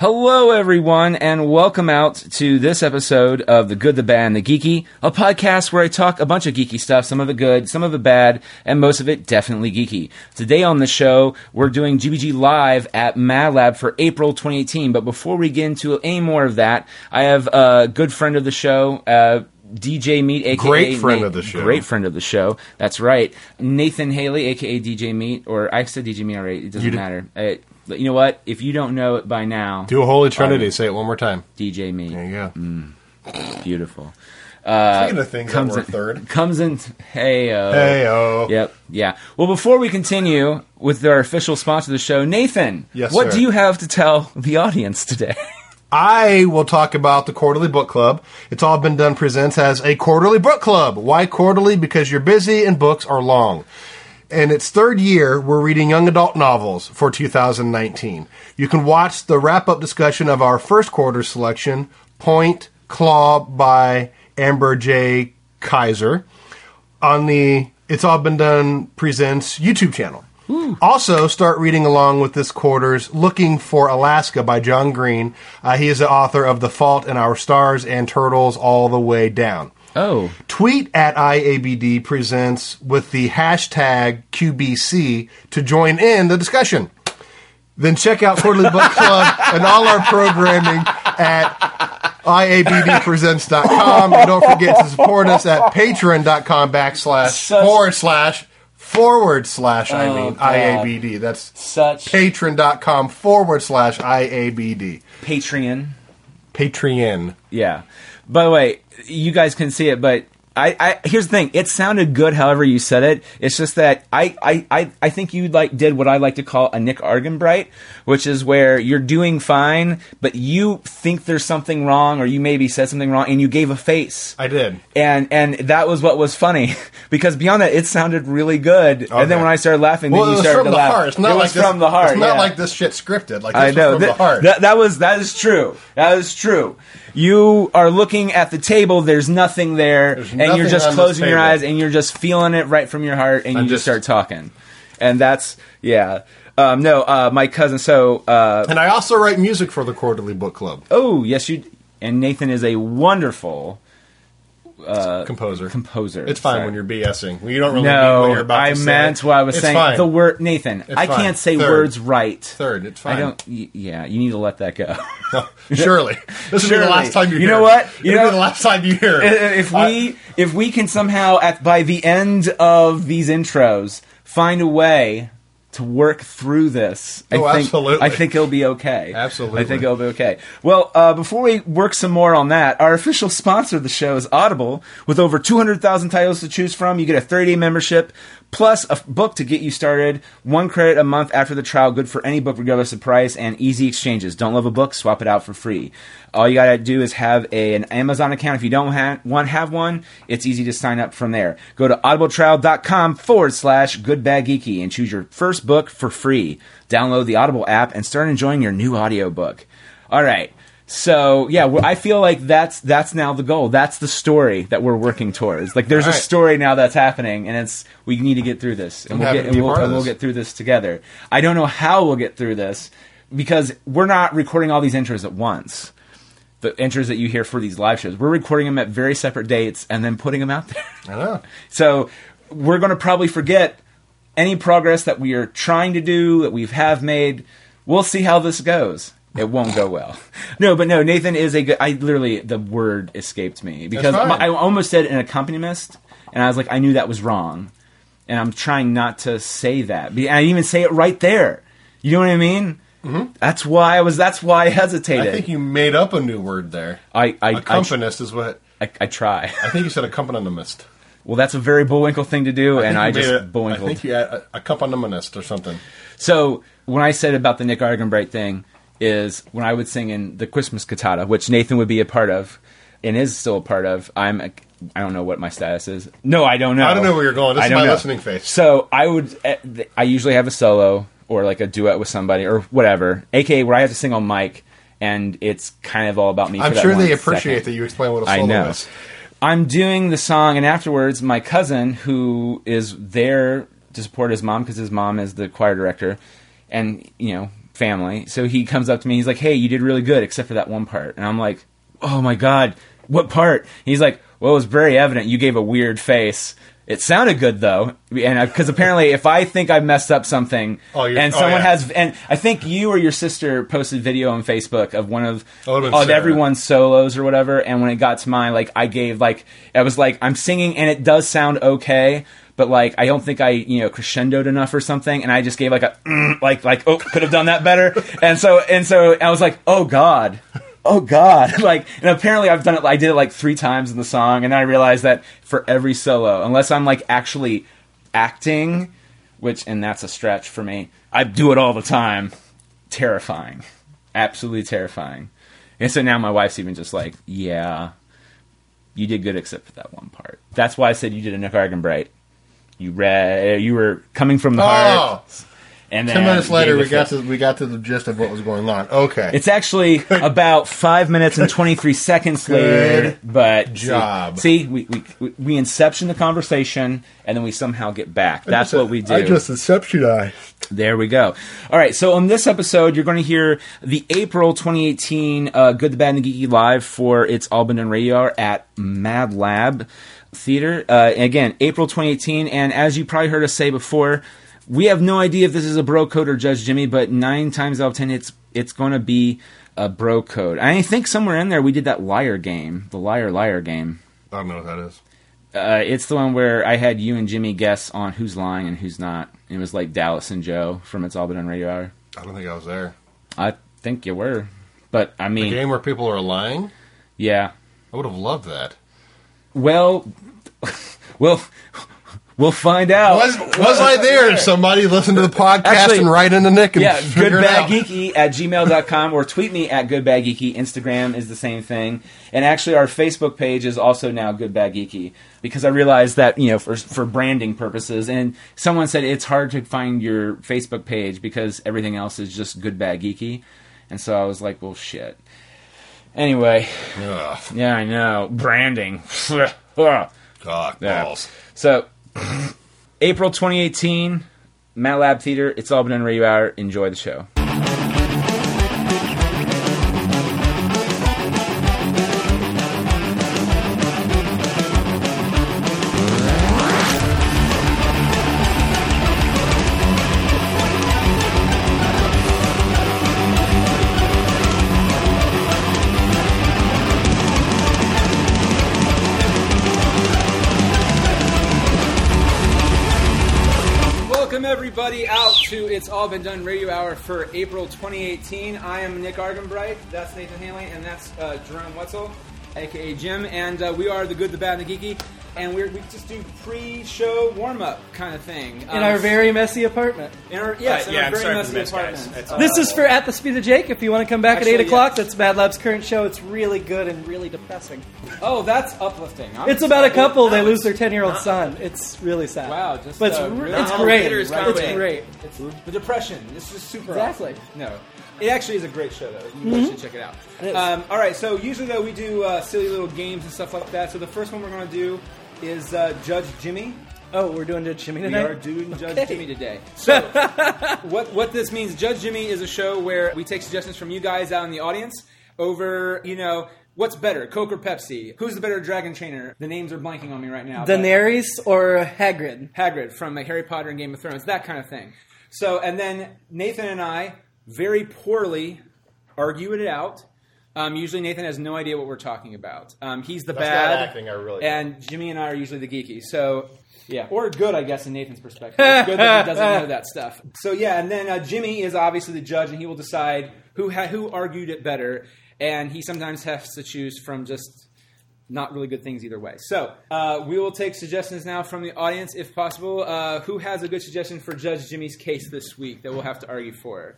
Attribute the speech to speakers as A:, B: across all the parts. A: Hello, everyone, and welcome out to this episode of The Good, the Bad, and the Geeky, a podcast where I talk a bunch of geeky stuff, some of it good, some of it bad, and most of it definitely geeky. Today on the show, we're doing GBG Live at Mad Lab for April 2018. But before we get into any more of that, I have a good friend of the show, uh, DJ Meat, aka
B: Great friend of the show.
A: Great friend of the show. That's right, Nathan Haley, aka DJ Meat, or I said DJ Meat already. It doesn't
B: You did-
A: matter. Uh, but you know what? If you don't know it by now,
B: Do a holy trinity. Say it one more time.
A: DJ
B: There
A: Meat,
B: you go.
A: beautiful.
B: Speaking of things
A: Mm. Uh, Comes in Comes in. Hey. uh,
B: Hey oh.
A: Yep. Yeah. Well, before we continue with our official sponsor of the show, Nathan.
B: Yes,
A: What
B: sir.
A: do you have to tell the audience today?
B: I will talk about the quarterly book club. It's all been done presents as a quarterly book club. Why quarterly? Because you're busy and books are long. In its third year, we're reading young adult novels for 2019. You can watch the wrap up discussion of our first quarter selection, Point Claw by Amber J. Kaiser. on the It's All Been Done Presents YouTube channel. Also, start reading along with this quarter's Looking for Alaska by John Green. Uh, he is the author of The Fault in Our Stars and Turtles All the Way Down.
A: Oh.
B: Tweet at IABD Presents with the hashtag QBC to join in the discussion. Then check out Quarterly Book Club and all our programming at IABDpresents.com. And don't forget to support us at patreon.com backslash
A: Such-
B: forward slash forward slash, I
A: Oh,
B: mean,
A: God.
B: IABD. That's
A: Such
B: patreon.com forward slash IABD.
A: Patreon.
B: Patreon.
A: Yeah. By the way, you guys can see it, but I, I here's the thing. It sounded good however you said it. It's just that I, I, I, I think you like did what I like to call a Nick Argenbright, which is where you're doing fine, but you think there's something wrong or you maybe said something wrong and you gave a face.
B: I did.
A: and and that was what was funny because beyond that it sounded really good and then
B: Okay.
A: when i started laughing
B: Well,
A: then
B: it
A: you
B: was
A: started
B: from
A: to
B: the
A: laugh
B: heart. It's not
A: it
B: like
A: was
B: this,
A: from the heart
B: It's not
A: yeah.
B: like this shit scripted. Like this
A: I know
B: was from the
A: that,
B: heart.
A: that that was that is true. That is true. You are looking at the table. There's nothing there,
B: There's
A: and
B: nothing
A: you're just
B: on this
A: closing your
B: table.
A: eyes and you're just feeling it right from your heart, and
B: I'm
A: you just
B: just-
A: start talking. And that's yeah. Um, no, uh, my cousin. So uh,
B: and I also write music for the Quarterly Book Club.
A: oh yes, you and Nathan is a wonderful
B: composer.
A: Uh, composer.
B: It's fine
A: Sorry.
B: when you're BSing. When You don't really mean what
A: No,
B: you're about
A: I
B: to say.
A: meant what I was
B: It's
A: saying.
B: fine.
A: The word Nathan. I
B: fine.
A: can't say
B: Third.
A: words right.
B: Third, it's fine.
A: I don't. y- Yeah, you need to let that go.
B: Surely. This will be the
A: Surely.
B: last time you hear
A: You know
B: it.
A: what? You
B: It'll
A: know-
B: be the last time you hear
A: Uh,
B: it.
A: if we
B: I-
A: if we can somehow at by the end of these intros find a way to work through this, I
B: Oh,
A: think
B: absolutely.
A: I think it'll be okay.
B: Absolutely.
A: I think it'll be okay. Well, uh, before we work some more on that, our official sponsor of the show is Audible, with over two hundred thousand titles to choose from. You get a thirty day membership. Plus, a f- book to get you started, one credit a month after the trial, good for any book regardless of price, and easy exchanges. Don't love a book, swap it out for free. All you gotta do is have a, an Amazon account. If you don't ha- want have one, it's easy to sign up from there. Go to audibletrial.com forward slash goodbadgeeky and choose your first book for free. Download the Audible app and start enjoying your new audiobook. All right. So yeah, well, I feel like that's that's now the goal. That's the story that we're working towards. Like there's
B: All
A: a
B: right.
A: story now that's happening, and it's we need to get through this, and we'll
B: happy
A: get
B: to
A: and
B: be a
A: we'll,
B: part of
A: and we'll
B: this.
A: get through this together. I don't know how we'll get through this because we're not recording all these intros at once the intros that you hear for these live shows. We're recording them at very separate dates and then putting them out there.
B: I know.
A: So we're going to probably forget any progress that we are trying to do that we've have made. We'll see how this goes. It won't go well. No, but no, Nathan is a good. I literally the word escaped me because
B: fine.
A: my- I almost said an accompanist, and I was like, I knew that was wrong, and I'm trying not to say that. Be- And I didn't even say it right there. You know what I mean? Mm-hmm. That's why I was. That's why I hesitated.
B: I think you made up a new word there.
A: I I, I,
B: Accompanist is what
A: I, I try.
B: I think you said accompanist.
A: Well, that's a very Bullwinkle thing to do, and I
B: think
A: just
B: you made it- I
A: Bullwinkled.
B: think you had accompanist or something.
A: So when I said about the Nick Argenbright thing, is when I would sing in the Christmas cantata, which Nathan would be a part of, and is still a part of. I'm a, I don't know what my status is. No, I don't know.
B: I don't know where you're going. This
A: I
B: is
A: don't
B: my
A: know.
B: listening face.
A: So I would. eh, th- I usually have a solo or like a duet with somebody or whatever, aka where I have to sing on mic, and it's kind of all about me.
B: I'm
A: for that
B: sure
A: one
B: they appreciate
A: second.
B: that you explain what a
A: I
B: solo
A: know.
B: is.
A: I'm doing the song, and afterwards, my cousin, who is there to support his mom because his mom is the choir director, and you know family. So he comes up to me. He's like, "Hey, you did really good, except for that one part." And I'm like, "Oh my god, what part?" And he's like, "Well, it was very evident. You gave a weird face." It sounded good though, and because apparently, if I think I messed up something,
C: Oh, you're-
A: and
C: oh,
A: someone
C: yeah.
A: has, and I think you or your sister posted video on Facebook of one of
C: Oh, it would've been
A: of
C: Sarah.
A: everyone's solos or whatever, and when it got to mine, like I gave like I was like I'm singing and it does sound okay, but like I don't think I you know crescendoed enough or something, and I just gave like a mm, like like oh could have done that better, and so and so I was like oh god. Oh God! Like, and apparently I've done it. I did it like three times in the song, and I realized that for every solo, unless I'm like actually acting, which and that's a stretch for me. I do it all the time. Terrifying, absolutely terrifying. And so now my wife's even just like, yeah, you did good except for that one part. That's why I said you did a Nick Argenbright. You read, uh, you were coming from the
C: Oh,
A: heart. And then
C: ten minutes
A: you
C: later, we
A: gave the
C: got
A: fist.
C: to we got to the gist of what was going on. Okay,
A: It's actually about five minutes and twenty three seconds later. But see-
C: job.
A: See, we, we we- we inception the conversation and then we somehow get back. That's what we do.
C: inceptionized.
A: There we go. All right, so on this episode, you're going to hear the April 2018 uh, Good, the Bad, and the Geeky live for its Albin and Radar at Mad Lab Theater. Uh, again, April 2018, and as you probably heard us say before, we have no idea if this is a bro code or Judge Jimmy, but nine times out of ten, it's it's going to be a bro code. I think somewhere in there we did that liar game, the liar liar game.
C: I don't know what that is.
A: Uh, it's the one where I had you and Jimmy guess on who's lying and who's not. It was like Dallas and Joe from It's All Been on Radio Hour.
C: I don't think I was there.
A: I think you were, but I
C: A
A: mean,
C: game where people are lying.
A: yeah.
C: I would have loved that.
A: Well, we'll we'll find out.
C: Was was I there? If Somebody listen to the podcast
A: Oh, Actually-
C: and write into Nick and
A: yeah,
C: figure it out.
A: goodbadgeeky at gmail.com or tweet me at goodbadgeeky. Instagram is the same thing. And actually, our Facebook page is also now goodbadgeeky because I realized that, you know, for, for branding purposes. And someone said it's hard to find your Facebook page because everything else is just goodbadgeeky. And so I was like, well, shit. Anyway,
C: Ugh,
A: yeah, I know. Branding. Ugh.
C: cock
A: Yeah.
C: balls.
A: So, April 2018, Matt Lab Theater. It's all been on Radio Hour. Enjoy the show. Welcome everybody out to It's All Been Done Radio Hour for April 2018. I am Nick Argenbright. That's Nathan Hanley, and that's uh, Jerome Wetzel, aka Jim. And uh, we are the Good, the Bad, and the Geeky. And we're, we just do pre-show warm-up kind of thing Um,
D: in our very messy apartment.
A: in our, yes,
E: Uh,
A: in
E: yeah,
A: our
E: I'm
A: very
E: sorry for
A: messy
E: the mess, guys.
A: apartment.
E: That's
A: Uh,
D: This is for At the Speed of Jake. If you want to come back
A: Actually,
D: at 8 o'clock,
A: yes.
D: that's Mad Lab's current show. It's really good and really depressing.
A: oh, that's uplifting. I'm
D: It's about a
A: excited.
D: couple, they lose their 10 year old son. It's really sad.
A: Wow, just,
D: but it's,
A: uh,
D: re-
A: really
D: it's
A: how
D: great.
E: theater is
D: It's
E: comedy.
D: great.
A: It's the depression. This is super.
D: Exactly. Mm-hmm.
A: awesome. No, it actually is a great show though. You guys should check it out.
D: It is.
A: Um, all right. So usually though we do uh, silly little games and stuff like that. So the first one we're going to do is uh, Judge Jimmy.
D: Oh, we're doing Judge Jimmy
A: We
D: tonight?
A: are doing Judge
D: Okay.
A: Jimmy today. So what what this means? Judge Jimmy is a show where we take suggestions from you guys out in the audience over you know. What's better, Coke or Pepsi? Who's the better dragon trainer? The names are blanking on me right now. but-
D: Daenerys or Hagrid?
A: Hagrid from like, Harry Potter and Game of Thrones, that kind of thing. So, and then Nathan and I very poorly argue it out. Um, usually, Nathan has no idea what we're talking about. Um, he's the
C: That's
A: bad,
C: not acting, I really-
A: and Jimmy and I are usually the geeky. So, yeah, or good, I guess, in Nathan's perspective. It's good that he doesn't know that stuff. So, yeah, and then uh, Jimmy is obviously the judge, and he will decide who ha- who argued it better. And he sometimes has to choose from just not really good things either way. So uh, we will take suggestions now from the audience, if possible. Uh, who has a good suggestion for Judge Jimmy's case this week that we'll have to argue for?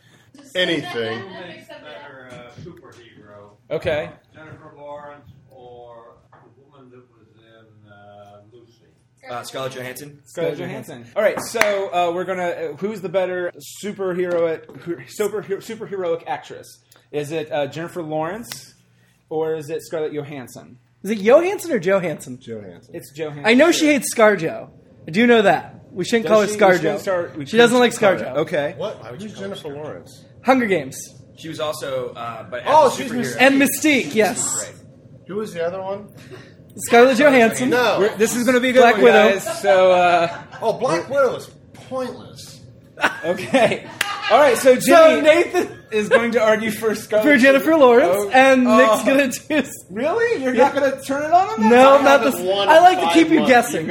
C: Anything.
F: That are a superhero.
A: Okay.
F: Jennifer Lawrence or the woman that was in uh, Lucy.
E: Uh, Scarlett Johansson.
A: Scarlett Johansson. All right, so uh, we're gonna. Uh, who's the better superheroic superhero, superheroic actress? Is it uh, Jennifer Lawrence or is it Scarlett Johansson?
D: Is it Johansson or Johansson?
C: Johansson.
A: It's Johansson.
D: I know she hates ScarJo. I do know that. We shouldn't
A: Does
D: call her
A: she- we
D: ScarJo.
A: shouldn't start- we
D: she doesn't like
A: shouldn't
D: ScarJo.
A: Okay.
C: What? Who's Jennifer Lawrence?
D: Hunger Games
E: She was also, uh, but as
C: Oh,
E: a
C: she's
E: superhero.
D: and Mystique. Yes,
E: Right.
C: Who was the other one?
D: Scarlett Johansson.
C: No.
E: We're- This is going to be a good
D: Black
E: one,
D: Widow.
E: guys. So, uh,
C: oh, Black Widow is pointless.
E: okay. All right, so Jimmy
D: So Nathan
E: is going to argue for Scarlett.
D: for Jennifer Lawrence,
E: Oh.
D: and
E: Oh.
D: Nick's gonna choose.
E: Really? You're not going to turn it on him?
D: No, not this. I like to keep you guessing.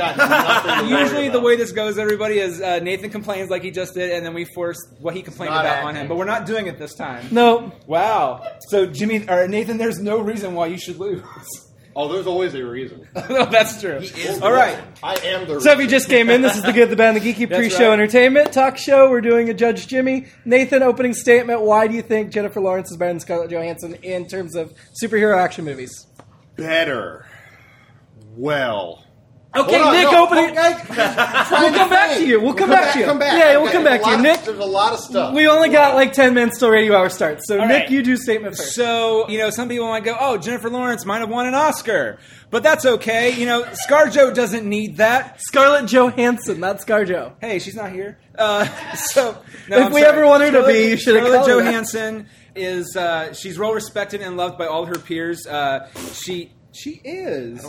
E: Usually, the way this goes, everybody is uh, Nathan complains like he just did, and then we force what he complained
C: Not
E: about on
C: acting.
E: him. But we're not doing it this time.
D: No,
E: Wow. So Jimmy or Nathan, there's no reason why you should lose.
B: Oh, there's always a reason.
E: no, that's true. All right.
B: I am the
D: So if you just came in, this is the Good, the Bad, and the Geeky
E: That's
D: pre-show
E: right.
D: entertainment talk show. We're doing a Judge Jimmy Nathan opening statement. Why do you think Jennifer Lawrence is better than Scarlett Johansson in terms of superhero action movies?
B: better. Well,
D: Okay,
B: Hold on,
D: Nick,
B: no,
D: opening. we'll come back to you. We'll come back to you.
B: Come back.
D: Yeah, we'll
B: Okay,
D: come
B: there's
D: back
B: a
D: to you,
B: lot-
D: Nick.
B: There's a lot of stuff.
D: We only got like ten minutes till radio hour starts. So
E: All
D: Nick,
E: right.
D: you do statement first.
E: So you know, some people might go, "Oh, Jennifer Lawrence might have won an Oscar," but that's okay. You know, ScarJo doesn't need that.
D: Scarlett Johansson, not ScarJo.
E: Hey, she's not here. Uh, so no,
D: If
E: I'm
D: we
E: sorry.
D: ever want her to
E: Scarlett-
D: be, you should have
E: Scarlett
D: called her that.
E: Johansson is uh, she's well respected and loved by all her peers. Uh, she she is.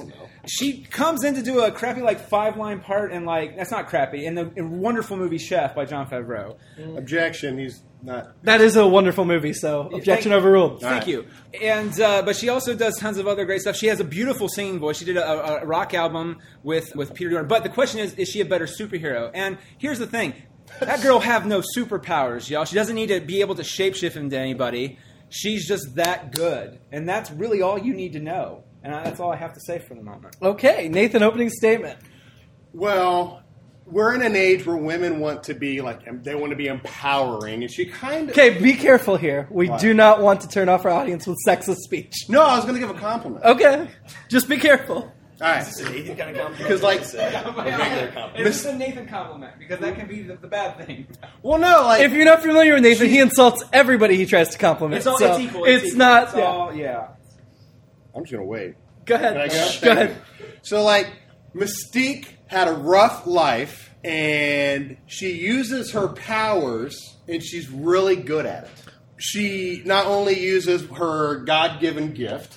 E: She comes in to do a crappy like five line part and like that's not crappy in the in wonderful movie Chef by John Favreau.
B: Objection. He's not.
D: That is a wonderful movie. So objection
E: Thank-
D: overruled.
E: Thank you. And uh, but she also does tons of other great stuff. She has a beautiful singing voice. She did a, a rock album with with Peter Jordan. But the question is, is she a better superhero? And here's the thing: that girl have no superpowers, y'all. She doesn't need to be able to shapeshift into anybody. She's just that good, and that's really all you need to know. Oh, And I, that's all I have to say for the moment.
D: Okay, Nathan, opening statement.
B: Well, we're in an age where women want to be like em- they want to be empowering, and she kind of.
D: Okay, be careful here. We
B: What?
D: do not want to turn off our audience with sexist speech.
B: No, I was going to give a compliment.
D: Okay, just be careful.
B: All right. Because like,
E: It's a Nathan compliment because that can be the, the bad thing.
B: well, no, like
D: If you're not familiar with Nathan, he insults everybody he tries to compliment.
E: It's all
D: so
E: it's equal.
D: It's,
E: equal.
D: not.
E: It's
D: yeah.
E: all- yeah.
B: I'm just going to wait.
D: Go ahead.
B: Can I go?
D: Shh, go
B: Thank
D: ahead.
B: you. So, like, Mystique had a rough life, and she uses her powers, and she's really good at it. She not only uses her God given gift,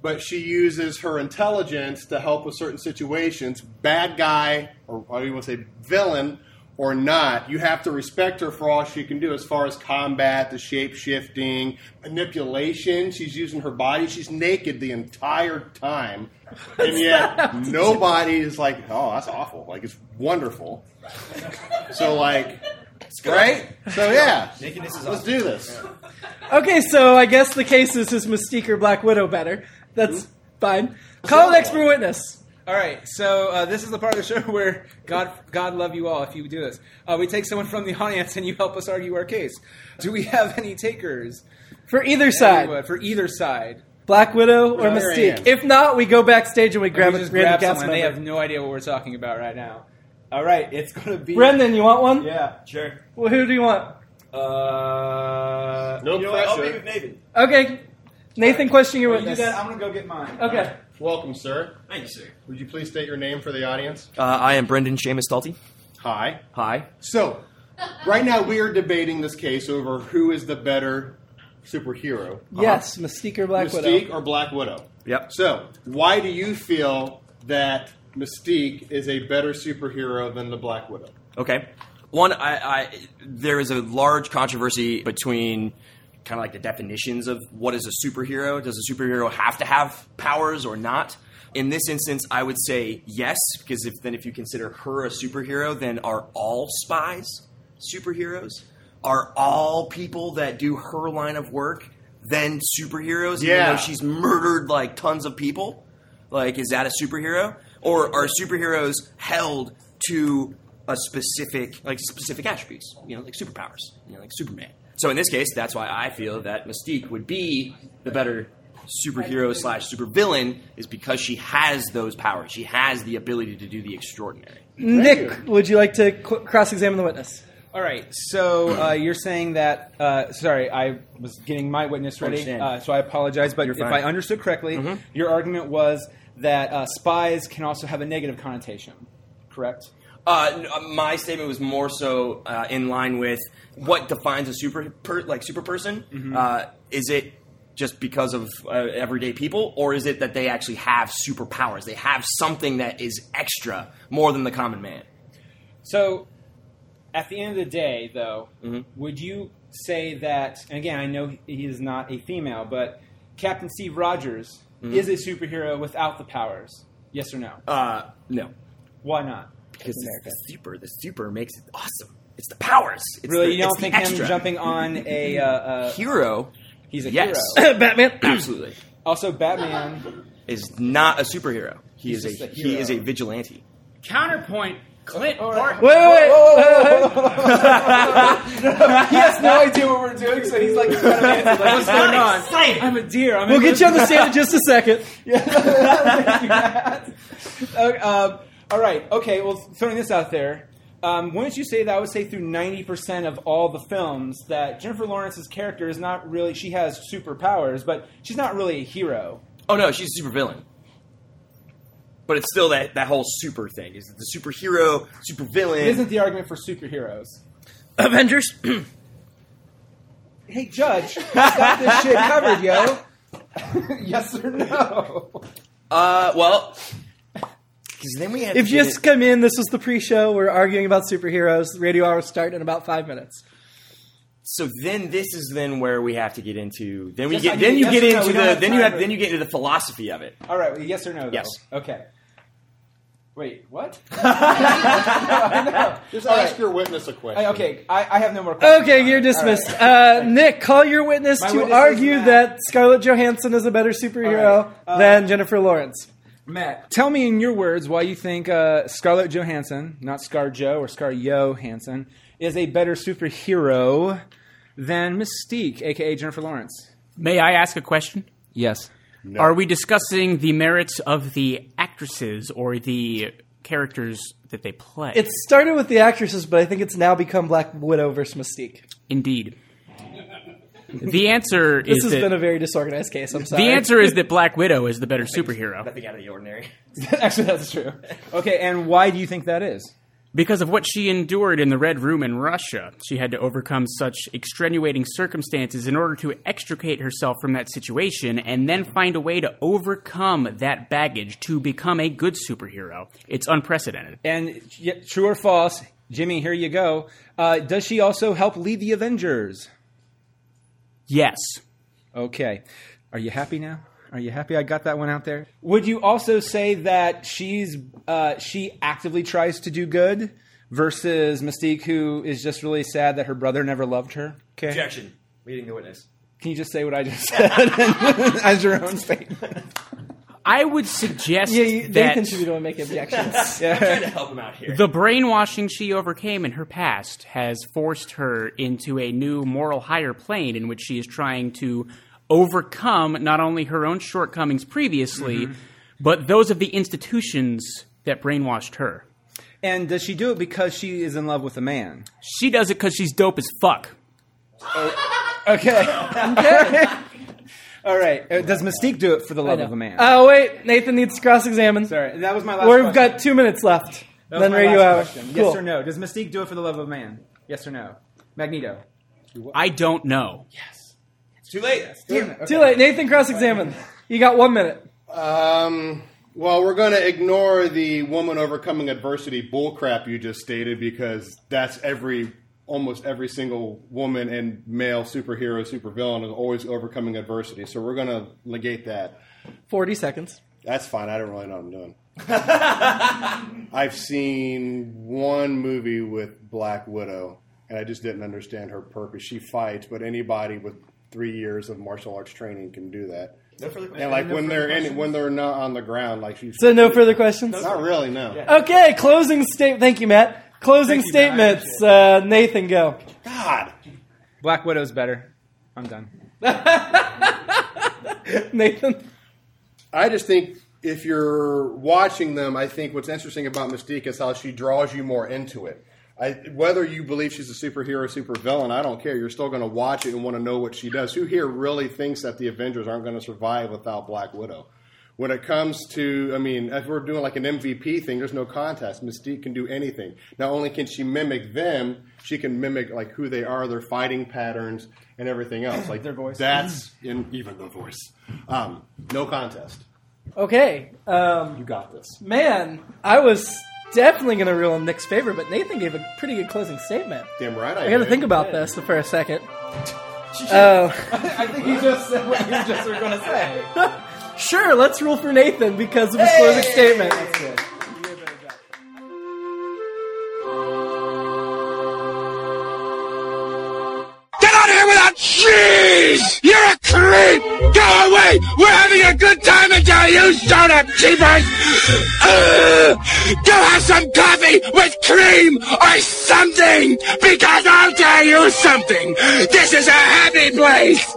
B: but she uses her intelligence to help with certain situations. Bad guy, or what do you want to say, villain, or not, you have to respect her for all she can do as far as combat, the shape shifting, manipulation. She's using her body. She's naked the entire time. And yet, nobody is like, oh, that's awful. Like, it's wonderful. So, like, right? So, yeah.
E: Nakedness is
B: Let's do this.
D: Okay, so I guess the case is his Mystique or Black Widow better. That's
B: Hmm?
D: fine. Call an expert witness.
E: All right, so uh, this is the part of the show where God, God love you all if you do this. Uh, we take someone from the audience and you help us argue our case. Do we have any takers
D: For either side,
E: Anyone, for either side?
D: Black Widow or
B: There I
D: Mystique.
B: am.
D: If not, we go backstage and we grab
E: we
D: a
E: just
D: random
E: grab
D: cast
E: someone.
D: member.
E: They have no idea what we're talking about right now. All right, it's going to be
D: Brendan, you want one?
E: Yeah, sure.
D: Well, who do you want?
E: Uh,
B: No pressure.
G: Nathan.
D: Okay, Nathan, question your
E: you do
D: witness.
E: that. I'm going to go get mine.
D: Okay.
B: Welcome, sir.
G: Thank you, sir.
B: Would you please state your name for the audience?
G: Uh, I am Brendan Seamus Dalty.
B: Hi.
G: Hi.
B: So, right now we are debating this case over who is the better superhero,
D: Yes, Mystique or Black
B: Mystique
D: Widow.
B: or Black Widow.
G: Yep.
B: So, why do you feel that Mystique is a better superhero than the Black Widow?
G: Okay. One, I, I there is a large controversy between kind of like the definitions of what is a superhero. Does a superhero have to have powers or not? In this instance, I would say yes, because if then if you consider her a superhero, then are all spies superheroes? Are all people that do her line of work then superheroes?
B: Yeah.
G: Even though she's murdered like tons of people? Like, is that a superhero? Or are superheroes held to a specific, like specific attributes? You know, like superpowers. You know, like Superman. So in this case, that's why I feel that Mystique would be the better superhero slash supervillain is because she has those powers. She has the ability to do the extraordinary.
D: Nick, would you like to qu- cross-examine the witness?
E: All right, so uh, you're saying that. Uh, sorry, I was getting my witness ready,
G: Understand.
E: uh, so I apologize. But if
G: fine. Mm-hmm.
E: I understood correctly, your argument was that uh, spies can also have a negative connotation, correct?
G: Uh, n- uh, my statement was more so uh, in line with what defines a super per, like super person.
E: Mm-hmm.
G: Uh, is it just because of uh, everyday people, or is it that they actually have superpowers? They have something that is extra more than the common man.
E: So, at the end of the day, though,
G: Mm-hmm.
E: would you say that? And again, I know he is not a female, but Captain Steve Rogers is a superhero without the powers. Yes or no?
G: Mm-hmm. Uh, no,
E: Why not?
G: because it's the super. The super makes it awesome. It's the powers. It's
E: really,
G: the,
E: you don't
G: it's the
E: think
G: extra.
E: him jumping on a uh, uh,
G: hero?
E: he's a
G: Yes.
E: hero.
D: Batman.
G: Absolutely,
E: Also, Batman.
G: is not a superhero. He is
E: just
G: a,
E: a
G: he
E: hero.
G: is a vigilante.
H: Counterpoint, Clint
D: Wait,
H: Barton.
D: wait, wait.
E: he has no idea what we're doing, so he's like, he's kind of antsy, like, what's going on? I'm a deer. I'm
D: We'll
E: a
D: get you on the stand in just a second.
E: Uh, uh, all right. Okay. Well, throwing this out there, um, wouldn't you say that I would say through ninety percent of all the films that Jennifer Lawrence's character is not really she has superpowers, but she's not really a hero.
G: Oh no, she's a supervillain. But it's still that, that whole super thing. Is it the superhero, supervillain?
E: It isn't the argument for superheroes.
H: Avengers.
E: Hey, Judge, you got this shit covered, yo. yes or no?
G: Uh, well, because then we have
D: If
G: to
D: you
G: get
D: just
G: it-
D: come in, this is the pre-show. We're arguing about superheroes. Radio hour starting in about five minutes.
G: so then this is then where we have to get into then we
E: Yes, I
G: get
E: mean,
G: then you
E: yes
G: get
E: or no,
G: into
E: we don't
G: the
E: have
G: then you
E: time
G: have
E: for-
G: then you get into the philosophy of it.
E: All right. well, Yes or no? Though.
G: Yes.
E: Okay. Wait. What?
B: Just
E: All
B: ask
E: right.
B: your witness a question.
E: I- okay. I, I have no more. questions.
D: Okay, you're
E: All
D: dismissed.
E: right.
D: Uh, Nick, call your witness
E: My
D: to
E: witness is
D: argue
E: Matt.
D: that Scarlett Johansson is a better
E: All
D: superhero
E: right, uh,
D: than Jennifer Lawrence.
E: Matt, tell me in your words why you think uh, Scarlett Johansson, not Scar Joe or Scar Yo Hansen, is a better superhero than Mystique, aka Jennifer Lawrence.
H: May I ask a question?
E: Yes.
H: Are we discussing the merits of the actresses or the characters that they play?
D: It started with the actresses, but I think it's now become Black Widow versus Mystique.
H: Indeed. The answer
D: This
H: is
D: has
H: that,
D: been a very disorganized case. I'm sorry.
H: the answer is that Black Widow is the better superhero
G: Nothing out of the ordinary.
E: Actually, that's true. Okay, and why do you think that is?
H: because of what she endured in the Red Room in Russia. She had to overcome such extenuating circumstances in order to extricate herself from that situation and then find a way to overcome that baggage to become a good superhero. It's unprecedented.
E: And y- true or false, Jimmy, here you go. Uh, does she also help lead the Avengers?
H: Yes.
E: Okay. Are you happy now? Are you happy I got that one out there? Would you also say that she's uh, she actively tries to do good versus Mystique, who is just really sad that her brother never loved her? Okay.
G: Objection. Leading the witness.
E: Can you just say what I just said as your own statement?
H: I would suggest
D: yeah, you,
H: that
D: Nathan should be the one making objections.
G: Trying to help him out here.
H: The brainwashing she overcame in her past has forced her into a new moral higher plane in which she is trying to overcome not only her own shortcomings previously,
D: Mm-hmm.
H: but those of the institutions that brainwashed her.
E: And does she do it because she is in love with a man?
H: She does it because she's dope as fuck.
E: Okay. All right. Uh, Does Mystique do it for the love of a man?
D: Oh wait, Nathan needs to cross-examine.
E: Sorry, that was my last.
D: We've
E: question.
D: got two minutes left.
E: That was
D: Then
E: my
D: radio
E: last
D: hour.
E: question.
D: Cool.
E: Yes or no? Does Mystique do it for the love of man? Yes or no? Magneto.
H: I don't know.
G: Too late.
D: Too late. Nathan cross-examine. You got one minute.
B: Um, well, we're going to ignore the woman overcoming adversity bullcrap you just stated because that's every almost every single woman and male superhero supervillain is always overcoming adversity. So we're going to negate that.
D: Forty seconds.
B: That's fine. I don't really know what I'm doing. I've seen one movie with Black Widow, and I just didn't understand her purpose. She fights, but anybody with three years of martial arts training can do that. and like when they're in, when they're not on the ground, like she's
D: So no further questions.
B: not really no.
D: Okay, closing statement. Thank you, Matt. Closing statements. Uh, Nathan, go.
B: God,
E: Black Widow's better. I'm done.
D: Nathan.
B: I just think if you're watching them, I think what's interesting about Mystique is how she draws you more into it. I, whether you believe she's a superhero, supervillain, I don't care. You're still going to watch it and want to know what she does. Who here really thinks that the Avengers aren't going to survive without Black Widow? When it comes to, I mean, if we're doing like an MVP thing, there's no contest. Mystique can do anything. Not only can she mimic them, she can mimic like who they are, their fighting patterns, and everything else. Like
D: Their voice.
B: That's in even the voice. Um, no contest.
D: Okay, um,
B: You got this.
D: man, I was definitely going to rule in Nick's favor, but Nathan gave a pretty good closing statement.
B: Damn right. I,
D: I got to
B: did.
D: think about this for a second. Oh,
E: I think you just said what you just were going to say.
D: sure, let's rule for Nathan because of his closing statement. That's good.
I: Get out of here without cheese! You're a creep! Go away! We're having a good time until you start up, cheapers! Ugh! go have some coffee with cream or something! Because I'll tell you something! This is a happy place!